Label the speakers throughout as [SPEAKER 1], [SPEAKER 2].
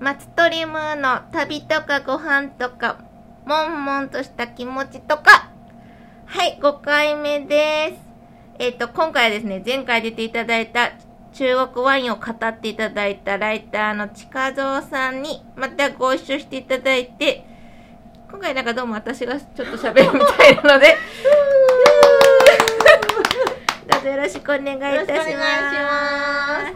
[SPEAKER 1] 松鳥ムーの旅とかご飯とか、もんもんとした気持ちとか。はい、5回目です。えっ、と、今回はですね、前回出ていただいた中国ワインを語っていただいたライターの近蔵さんに、またご一緒していただいて、今回なんかどうも私がちょっと喋るみたいなので、どうぞよろしくお願いいたします。
[SPEAKER 2] よろしくお願いし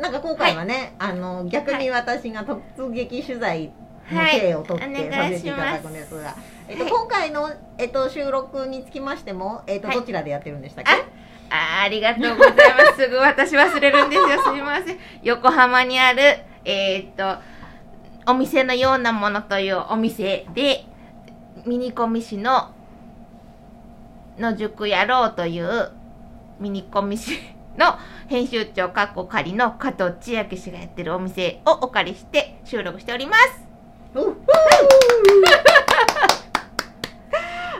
[SPEAKER 2] なんか今回はね、あの逆に私が突撃取材の刑を取っ
[SPEAKER 1] はい
[SPEAKER 2] てさせていただくんですが、えっと
[SPEAKER 1] はい
[SPEAKER 2] 今回の、えっと、収録につきましても、えっと
[SPEAKER 1] はい
[SPEAKER 2] どちらでやってるんでしたっけ、
[SPEAKER 1] あありがとうございます。すぐ私忘れるんですよ。すみません。横浜にある、えーっと、お店のようなものというお店で、ミニコミ師の野宿野郎というミニコミ師の編集長かっこ仮の加藤千明氏がやってるお店をお借りして収録しております。
[SPEAKER 2] うっふー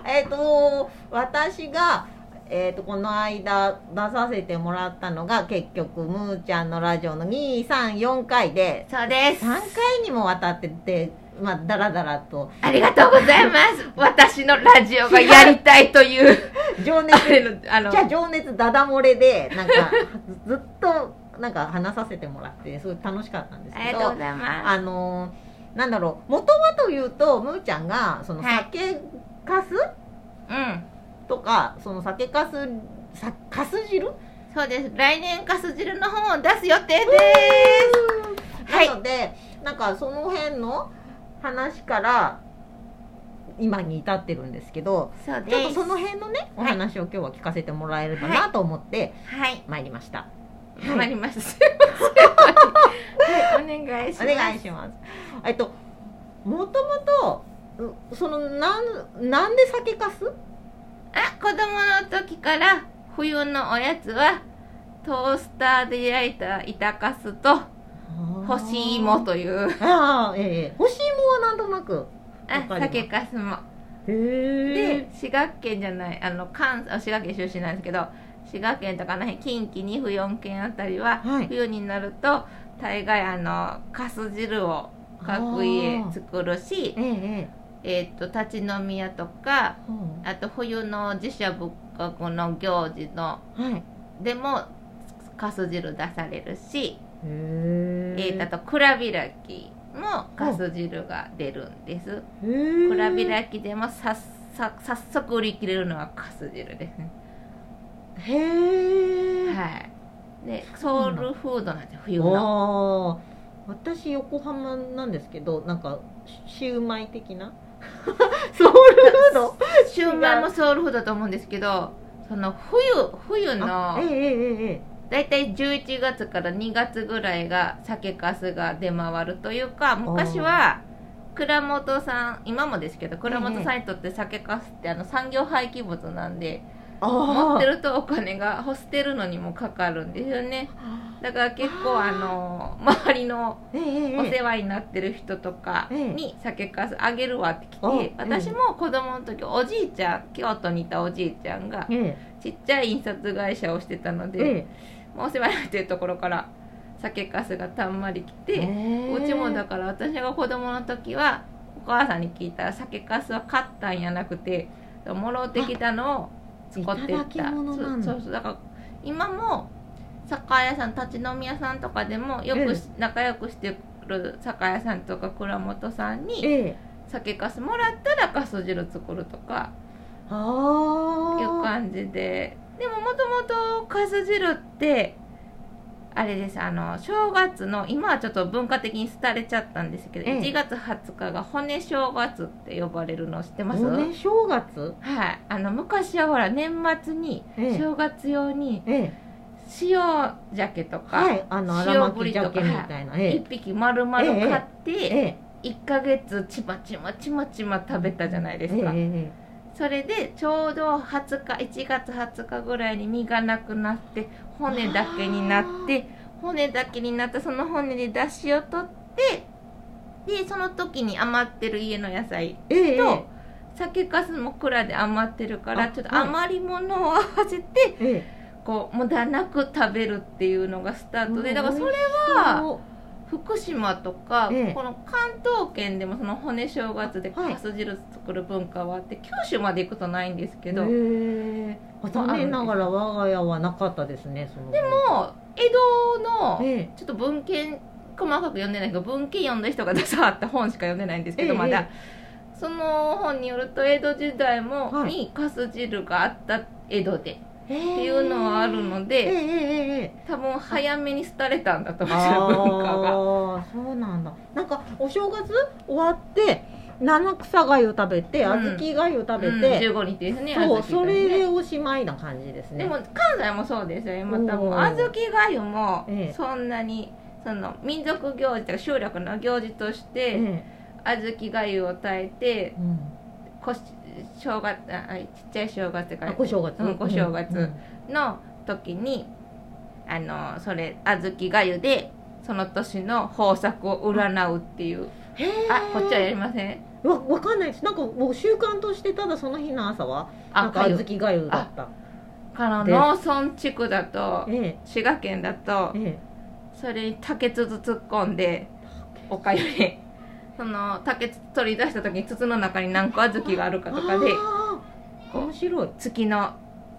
[SPEAKER 2] えっと私が、えっとこの間出させてもらったのが結局むーちゃんのラジオの234回で
[SPEAKER 1] そうです
[SPEAKER 2] 3。回にもわたってて、まあ、だらだらと
[SPEAKER 1] ありがとうございます。私のラジオがやりたいと いう、
[SPEAKER 2] 情熱
[SPEAKER 1] あれの、あの
[SPEAKER 2] じゃ、あ情熱ダダ漏れでなんか ずっとなんか話させてもらってすごい楽しかったんです
[SPEAKER 1] あ
[SPEAKER 2] け
[SPEAKER 1] り
[SPEAKER 2] ど
[SPEAKER 1] がとうございます。
[SPEAKER 2] あのーなんだろう元はというとむーちゃんがその
[SPEAKER 1] はい
[SPEAKER 2] 酒かす、
[SPEAKER 1] うん、
[SPEAKER 2] とかその酒かすさかす汁
[SPEAKER 1] そうです。来年かす汁の本を出す予定です。はい
[SPEAKER 2] なのでなんかその辺の話から今に至ってるんですけど
[SPEAKER 1] そう
[SPEAKER 2] ちょっ
[SPEAKER 1] で
[SPEAKER 2] と
[SPEAKER 1] す。
[SPEAKER 2] その辺のねお
[SPEAKER 1] はい
[SPEAKER 2] 話を今日は聞かせてもらえればなと思って
[SPEAKER 1] はい、
[SPEAKER 2] 参りました、
[SPEAKER 1] わかりました。すいませんはい、お願いし
[SPEAKER 2] お
[SPEAKER 1] ます。
[SPEAKER 2] 願いします。えっと、もともと、うその、なん、なんで酒かす。
[SPEAKER 1] あ、子供の時から冬のおやつはトースターで焼いた板かすと干し芋。という、
[SPEAKER 2] ああ、ええ干し芋はなんとなく。
[SPEAKER 1] あ、
[SPEAKER 2] わかり
[SPEAKER 1] 酒かすも。
[SPEAKER 2] へ
[SPEAKER 1] で
[SPEAKER 2] え。
[SPEAKER 1] 滋賀県じゃないあの関あ滋賀県出身なんですけど滋賀県とかの辺近畿2府4県あたりは、
[SPEAKER 2] はい
[SPEAKER 1] 冬になると大概あのかす汁を各家
[SPEAKER 2] あー
[SPEAKER 1] 作るし
[SPEAKER 2] ええ、ええ。
[SPEAKER 1] えー、と立ち飲み屋とか
[SPEAKER 2] は
[SPEAKER 1] あと冬の寺社仏閣の行事の
[SPEAKER 2] い。へ
[SPEAKER 1] でもかす汁出されるし、え
[SPEAKER 2] え
[SPEAKER 1] ーとあと蔵開きもかす汁が出るんです。
[SPEAKER 2] く
[SPEAKER 1] 蔵開きでもさっさ早速売り切れるのはかす汁ですね、
[SPEAKER 2] へえ。
[SPEAKER 1] はいでソウルフードなんですよ冬の
[SPEAKER 2] おー私横浜なんですけどなんかシューマイ的な ソウルフード
[SPEAKER 1] シューマイもソウルフードだと思うんですけどその冬冬
[SPEAKER 2] あ
[SPEAKER 1] の
[SPEAKER 2] ええええええ
[SPEAKER 1] 大体11月から2月ぐらいが酒かすが出回るというか昔は蔵元さん今もですけど蔵元さんにとって酒かすってあの産業廃棄物なんで
[SPEAKER 2] あ
[SPEAKER 1] 持って
[SPEAKER 2] ー
[SPEAKER 1] るとお金が捨てるのにもかかるんですよねだから結構
[SPEAKER 2] あー
[SPEAKER 1] あの周りの
[SPEAKER 2] ええええ
[SPEAKER 1] お世話になってる人とかに酒かすあげるわって来
[SPEAKER 2] あ
[SPEAKER 1] て私も子供の時おじいちゃん京都にいたおじいちゃんが
[SPEAKER 2] ええ
[SPEAKER 1] ちっちゃい印刷会社をしてたので、
[SPEAKER 2] え
[SPEAKER 1] もうお世話になってるところから酒かすがたんまり来
[SPEAKER 2] え
[SPEAKER 1] て、うちもだから私が子供の時はお母さんに聞いたら酒かすは買ったんやなくてもろうてきたのを使って
[SPEAKER 2] いただ
[SPEAKER 1] っ
[SPEAKER 2] き
[SPEAKER 1] た
[SPEAKER 2] 物
[SPEAKER 1] そ
[SPEAKER 2] な
[SPEAKER 1] うん
[SPEAKER 2] だ
[SPEAKER 1] そうそうだから今も酒屋さん立ち飲み屋さんとかでもよくし、仲良くしてる酒屋さんとか蔵元さんに
[SPEAKER 2] ええ
[SPEAKER 1] 酒かすもらったらかす汁作るとか
[SPEAKER 2] ああ
[SPEAKER 1] いう感じででももともとかす汁ってあれですあの正月の今はちょっと文化的に廃れちゃったんですけど、
[SPEAKER 2] ええ
[SPEAKER 1] 1月20日が骨正月って呼ばれるの知ってます
[SPEAKER 2] おね正月
[SPEAKER 1] はい、あの昔はほら年末に
[SPEAKER 2] ええ
[SPEAKER 1] 正月用に
[SPEAKER 2] ええ
[SPEAKER 1] 塩鮭とか、
[SPEAKER 2] はいあの荒
[SPEAKER 1] 塩ぶ
[SPEAKER 2] 巻
[SPEAKER 1] り
[SPEAKER 2] き
[SPEAKER 1] とか
[SPEAKER 2] 鮭みたいなえ
[SPEAKER 1] 一匹丸々買って、
[SPEAKER 2] ええ
[SPEAKER 1] 1ヶ月ちまちまちまちま食べたじゃない
[SPEAKER 2] え
[SPEAKER 1] ですか、
[SPEAKER 2] ええ
[SPEAKER 1] それでちょうど20日1月20日ぐらいに身がなくなって骨だけになって骨だけになったその骨で出汁を取ってでその時に余ってる家の野菜
[SPEAKER 2] えええ
[SPEAKER 1] と酒粕も蔵で余ってるから
[SPEAKER 2] あ
[SPEAKER 1] ちょっと
[SPEAKER 2] はい
[SPEAKER 1] 余り物を合わせて
[SPEAKER 2] ええ
[SPEAKER 1] こう無駄なく食べるっていうのがスタートでだからそれ
[SPEAKER 2] れ
[SPEAKER 1] は福島とか、
[SPEAKER 2] ええ
[SPEAKER 1] この関東圏でもその骨正月で
[SPEAKER 2] はい
[SPEAKER 1] かす汁作る文化はあって、九州まで行くとないんですけど、
[SPEAKER 2] へ
[SPEAKER 1] もう
[SPEAKER 2] ーあ残念ながら我が家はなかったですねそので
[SPEAKER 1] 江戸の
[SPEAKER 2] ええ
[SPEAKER 1] ちょっと文献細かく読んでないけど文献読んだ人が出さった本しか読んでないんですけど、
[SPEAKER 2] ええ
[SPEAKER 1] ま
[SPEAKER 2] え
[SPEAKER 1] だその本によると江戸時代も、
[SPEAKER 2] はい
[SPEAKER 1] にかす汁があった江戸で
[SPEAKER 2] って
[SPEAKER 1] っていうのはあるの
[SPEAKER 2] えええ
[SPEAKER 1] で、
[SPEAKER 2] えええ
[SPEAKER 1] 多分早めに廃れたんだと思うんですよ文化が。
[SPEAKER 2] ああそうなんだなんかお正月終わって七草がを食べて
[SPEAKER 1] うん
[SPEAKER 2] 小豆がを食べ
[SPEAKER 1] う
[SPEAKER 2] て、
[SPEAKER 1] ん、15日ですね
[SPEAKER 2] そう
[SPEAKER 1] 小豆
[SPEAKER 2] そ
[SPEAKER 1] がね
[SPEAKER 2] れでおしまいな感じですね
[SPEAKER 1] でも関西もそうですよ今多
[SPEAKER 2] お
[SPEAKER 1] 分
[SPEAKER 2] ー
[SPEAKER 1] 小豆がゆも
[SPEAKER 2] ええ
[SPEAKER 1] そんなに、その民族行事とか集落の行事とし
[SPEAKER 2] え
[SPEAKER 1] て、
[SPEAKER 2] え
[SPEAKER 1] 小豆がゆを炊いて
[SPEAKER 2] うん、
[SPEAKER 1] こし正月あちっちゃい正月か
[SPEAKER 2] あご正月、
[SPEAKER 1] うんご正月の時にあのそれ小豆がゆでその年の豊作を占うっていう
[SPEAKER 2] へえ
[SPEAKER 1] あこっちはやりません
[SPEAKER 2] わわかんないですなんかもう習慣としてただその日の朝はな
[SPEAKER 1] あ
[SPEAKER 2] んか
[SPEAKER 1] か
[SPEAKER 2] 小
[SPEAKER 1] ゆ
[SPEAKER 2] 豆がゆだった
[SPEAKER 1] から
[SPEAKER 2] です
[SPEAKER 1] 農村地区だと
[SPEAKER 2] え
[SPEAKER 1] 滋賀県だと
[SPEAKER 2] ええ
[SPEAKER 1] それに竹筒突っ込んでおかゆにその竹筒取り出した時に筒の中に何個小豆があるか
[SPEAKER 2] え
[SPEAKER 1] とかで
[SPEAKER 2] あー
[SPEAKER 1] こ
[SPEAKER 2] 面白い、
[SPEAKER 1] う月の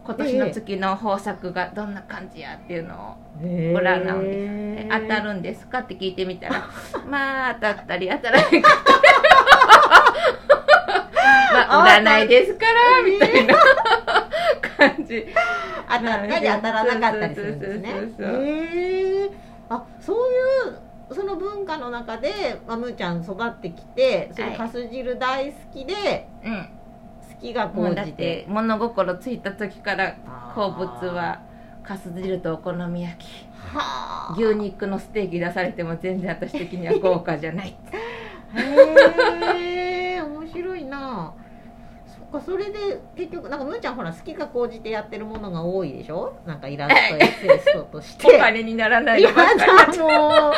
[SPEAKER 1] 今年の月の豊作がどんな感じやっていうのを
[SPEAKER 2] え
[SPEAKER 1] ご覧なんえ当たるんですかって聞いてみたらまあ当たったり当たらなかったりまあ占いですからみたいな感じ
[SPEAKER 2] 当たったり当たらなかったりするんですね
[SPEAKER 1] そうそうそうそう
[SPEAKER 2] へえあそういうその文化の中でまあむーちゃん育ってきてその
[SPEAKER 1] はい
[SPEAKER 2] かす汁大好きで、
[SPEAKER 1] うん
[SPEAKER 2] 好きが
[SPEAKER 1] も
[SPEAKER 2] 高
[SPEAKER 1] うだっ
[SPEAKER 2] じ
[SPEAKER 1] て
[SPEAKER 2] て
[SPEAKER 1] 物心ついた時から
[SPEAKER 2] あー
[SPEAKER 1] 好物はかす汁とお好み焼き
[SPEAKER 2] はあ
[SPEAKER 1] 牛肉のステーキ出されても全然私的には豪華じゃない
[SPEAKER 2] へえ面白いなそっかそれで結局なんかむーちゃんほら好きが高じてやってるものが多いでしょなんかイラストエッセイストと して
[SPEAKER 1] お金にならない
[SPEAKER 2] い
[SPEAKER 1] の
[SPEAKER 2] や
[SPEAKER 1] ばっか
[SPEAKER 2] だもう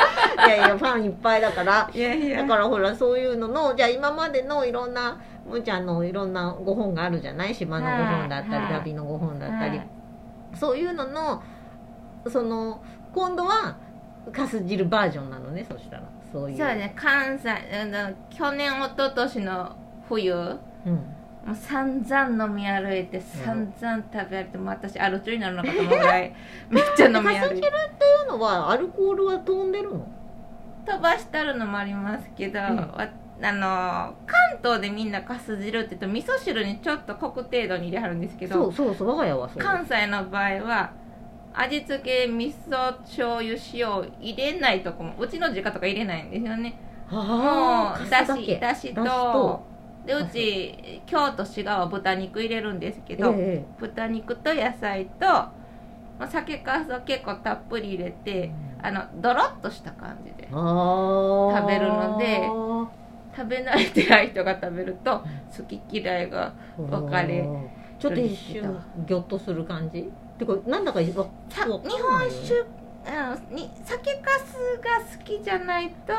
[SPEAKER 2] いやいやファンいっぱいだから
[SPEAKER 1] りいやいや
[SPEAKER 2] だからほらそういうののじゃあ今までのいろんなむーちゃんのいろんなご本があるじゃない島のご本だったり
[SPEAKER 1] はい
[SPEAKER 2] 旅のご本だったり
[SPEAKER 1] はい
[SPEAKER 2] そういうののその今度はかす汁バージョンなのねそしたらそういう
[SPEAKER 1] そうだね関西うん去年一昨年の冬も
[SPEAKER 2] うん
[SPEAKER 1] う散々飲み歩いて散々食べ歩いてもう私アル中になるのかと思うぐら いめっちゃ飲み
[SPEAKER 2] かす
[SPEAKER 1] 歩い
[SPEAKER 2] 汁ってい
[SPEAKER 1] て
[SPEAKER 2] うのはアルコールは飛んでるの
[SPEAKER 1] 飛ばしたるのもありますけど、
[SPEAKER 2] うん
[SPEAKER 1] わあのー関東でみんなかす汁って言うと味噌汁にちょっとコク程度に入れはるんですけ
[SPEAKER 2] そ
[SPEAKER 1] ど
[SPEAKER 2] うそうそう我が家はそう
[SPEAKER 1] 関西の場合は味付け味噌醤油塩入れないとこもうちの実家とか入れないんですよねも
[SPEAKER 2] あ
[SPEAKER 1] う
[SPEAKER 2] あ
[SPEAKER 1] だ
[SPEAKER 2] かすだ
[SPEAKER 1] し
[SPEAKER 2] け
[SPEAKER 1] だし
[SPEAKER 2] だし
[SPEAKER 1] と
[SPEAKER 2] と
[SPEAKER 1] でうち京都滋賀は豚肉入れるんですけど、
[SPEAKER 2] え
[SPEAKER 1] 豚肉と野菜と、まあ、酒かすを結構たっぷり入れ
[SPEAKER 2] え
[SPEAKER 1] てあのドロッとした感じで
[SPEAKER 2] あー
[SPEAKER 1] 食べるので食べ慣れてない人が食べると好き嫌いが別れ
[SPEAKER 2] ちょっと一瞬ギョッとする感じてかなんだかわわ
[SPEAKER 1] さ日
[SPEAKER 2] わかんない
[SPEAKER 1] 本酒あのに酒かすが好きじゃないと、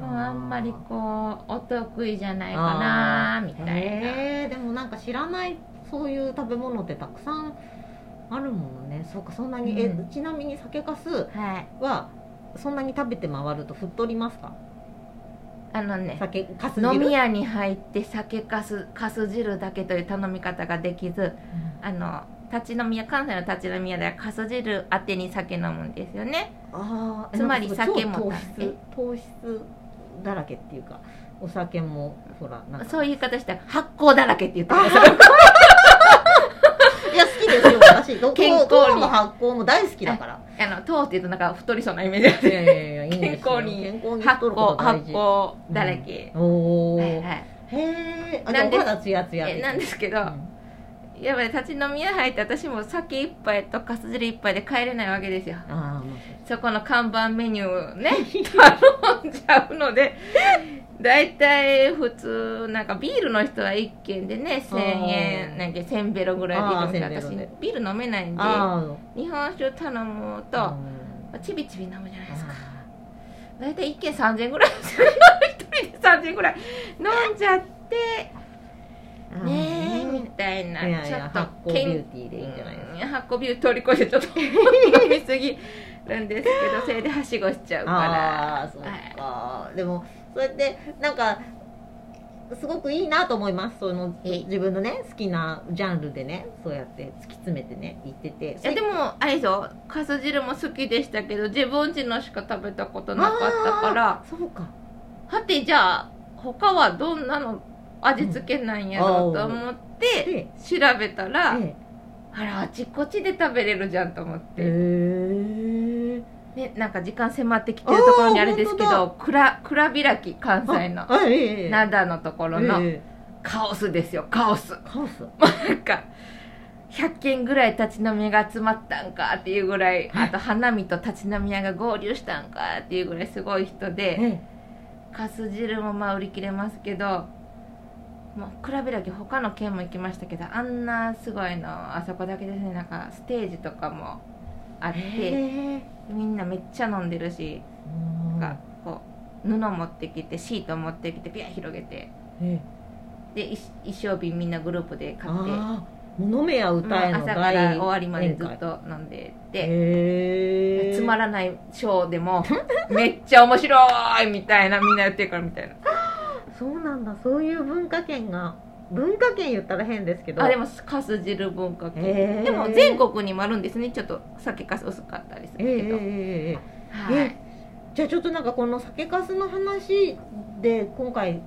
[SPEAKER 1] 多分あんまりこうお得意じゃないかなみたいな、
[SPEAKER 2] えーでもなんか知らないそういう食べ物ってたくさんあるもんねそうかそんなに、
[SPEAKER 1] うん
[SPEAKER 2] えちなみに酒かす
[SPEAKER 1] はい
[SPEAKER 2] はそんなに食べて回ると太りますか
[SPEAKER 1] あのね
[SPEAKER 2] 酒かす汁
[SPEAKER 1] 飲み屋に入って酒かすかす汁だけという頼み方ができずあの立ち飲み屋関西の立ち飲み屋ではかす汁あてに酒飲むんですよね
[SPEAKER 2] あー
[SPEAKER 1] つまり
[SPEAKER 2] なんかすごい
[SPEAKER 1] 酒も
[SPEAKER 2] 超糖
[SPEAKER 1] 食べ
[SPEAKER 2] 質糖質だらけっていうかお酒もほらなんか
[SPEAKER 1] そういう言い方したら発酵だらけって言ってます
[SPEAKER 2] いや好きですよ私どこ
[SPEAKER 1] 健康に
[SPEAKER 2] 糖も発酵も大好きだから
[SPEAKER 1] あの糖って言うとなんか太りそうなイメージがあっ
[SPEAKER 2] い
[SPEAKER 1] て
[SPEAKER 2] やいやいやいいんですよ
[SPEAKER 1] 健康に
[SPEAKER 2] 健康に
[SPEAKER 1] 発
[SPEAKER 2] 太るこ
[SPEAKER 1] 酵発
[SPEAKER 2] と大事
[SPEAKER 1] 酵だらけ、
[SPEAKER 2] おお、
[SPEAKER 1] はいはい
[SPEAKER 2] へえあじゃ
[SPEAKER 1] な
[SPEAKER 2] あ
[SPEAKER 1] ん
[SPEAKER 2] お
[SPEAKER 1] です
[SPEAKER 2] 肌ツヤツヤ
[SPEAKER 1] えなんですけど、やっぱり立ち飲み屋入って私も酒一杯とかす汁一杯で帰れないわけですよ
[SPEAKER 2] ああ
[SPEAKER 1] そこの看板メニューをね 頼んじゃうので大体普通なんかビールの人は1軒でね1000
[SPEAKER 2] あ
[SPEAKER 1] 円
[SPEAKER 2] ー
[SPEAKER 1] なんか1000ベロぐらいでいいんですけど
[SPEAKER 2] あー1000ベロ
[SPEAKER 1] 私
[SPEAKER 2] で
[SPEAKER 1] ビール飲めないんで
[SPEAKER 2] あ
[SPEAKER 1] 日本酒頼むと、
[SPEAKER 2] あ
[SPEAKER 1] ちびちび飲むじゃないですか
[SPEAKER 2] う
[SPEAKER 1] 大体1軒3000円ぐらい一人で3000円ぐらい飲んじゃって
[SPEAKER 2] ん
[SPEAKER 1] ねえみたいな
[SPEAKER 2] うんいやい
[SPEAKER 1] ちょ
[SPEAKER 2] や
[SPEAKER 1] っ
[SPEAKER 2] 発
[SPEAKER 1] と
[SPEAKER 2] 酵ビ
[SPEAKER 1] 健
[SPEAKER 2] ューティーでいいんじゃないですか
[SPEAKER 1] うん、運びを通り越してちょっと飲みすぎるんですけ どそれではしごしちゃうから
[SPEAKER 2] ああーそっかでもそうやってなんかすごくいいなと思いますその
[SPEAKER 1] えい
[SPEAKER 2] 自分のね好きなジャンルでねそうやって突き詰めてね行ってて
[SPEAKER 1] いやでもあれでしょかす汁も好きでしたけど自分ちのしか食べたことなかったから
[SPEAKER 2] あーそうか
[SPEAKER 1] はてじゃあ他はどんなの味付けなんやろうと思って
[SPEAKER 2] で
[SPEAKER 1] 調べたら、
[SPEAKER 2] え
[SPEAKER 1] あらあちこちで食べれるじゃんと思っ
[SPEAKER 2] え
[SPEAKER 1] て、
[SPEAKER 2] へえ
[SPEAKER 1] ね、なんか時間迫ってきてるところにあれですけ
[SPEAKER 2] あー
[SPEAKER 1] ど蔵蔵開き関西の
[SPEAKER 2] あええええ
[SPEAKER 1] 灘のところの
[SPEAKER 2] え
[SPEAKER 1] カオスですよカオス
[SPEAKER 2] えカオス
[SPEAKER 1] なんか100軒ぐらい立ち飲みが集まったんかっていうぐらいあと花見と立ち飲み屋が合流したんかっていうぐらいすごい人で
[SPEAKER 2] え
[SPEAKER 1] かす汁もまあ売り切れますけどもう比べだけ他の県も行きましたけどあんなすごいのあそこだけですねなんかステージとかもあっ
[SPEAKER 2] え
[SPEAKER 1] て
[SPEAKER 2] え
[SPEAKER 1] みんなめっちゃ飲んでるし
[SPEAKER 2] うん
[SPEAKER 1] なんかこう布持ってきてシート持ってきてピャー広げて
[SPEAKER 2] ええ
[SPEAKER 1] でい衣装瓶みんなグループで買って。
[SPEAKER 2] ああ物目や歌え
[SPEAKER 1] も
[SPEAKER 2] の
[SPEAKER 1] う朝か
[SPEAKER 2] 大
[SPEAKER 1] ら終わりまでず
[SPEAKER 2] 宴
[SPEAKER 1] っ
[SPEAKER 2] 会
[SPEAKER 1] と飲んでて、
[SPEAKER 2] へえ
[SPEAKER 1] つまらないショーで もめっちゃ面白いみたいなみんなやってるからみたいな
[SPEAKER 2] そうなんだそういう文化圏が文化圏言ったら変ですけど
[SPEAKER 1] あでもかす汁文化圏、
[SPEAKER 2] へー
[SPEAKER 1] でも全国にもあるんですねちょっと酒かす薄かったりす
[SPEAKER 2] え
[SPEAKER 1] る
[SPEAKER 2] え
[SPEAKER 1] け
[SPEAKER 2] え
[SPEAKER 1] ど、
[SPEAKER 2] えええ
[SPEAKER 1] は
[SPEAKER 2] え
[SPEAKER 1] い
[SPEAKER 2] じゃあちょっとなんかこの酒粕の話で今回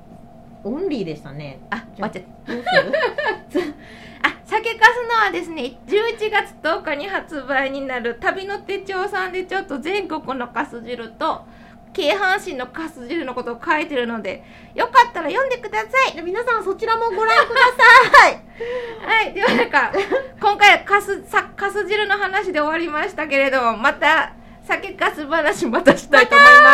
[SPEAKER 2] オンリーでしたね
[SPEAKER 1] あ終わっちゃった
[SPEAKER 2] どう する
[SPEAKER 1] あ酒かすのはですね11月10日に発売になる旅の手帳さんでちょっと全国のかす汁と京阪神のかす汁のことを書いてるのでよかったら読んでください
[SPEAKER 2] じゃあ皆さんそちらもご覧ください
[SPEAKER 1] はい、ではなんか今回はかすさかす汁の話で終わりましたけれどもまた酒かす話またしたいと思います。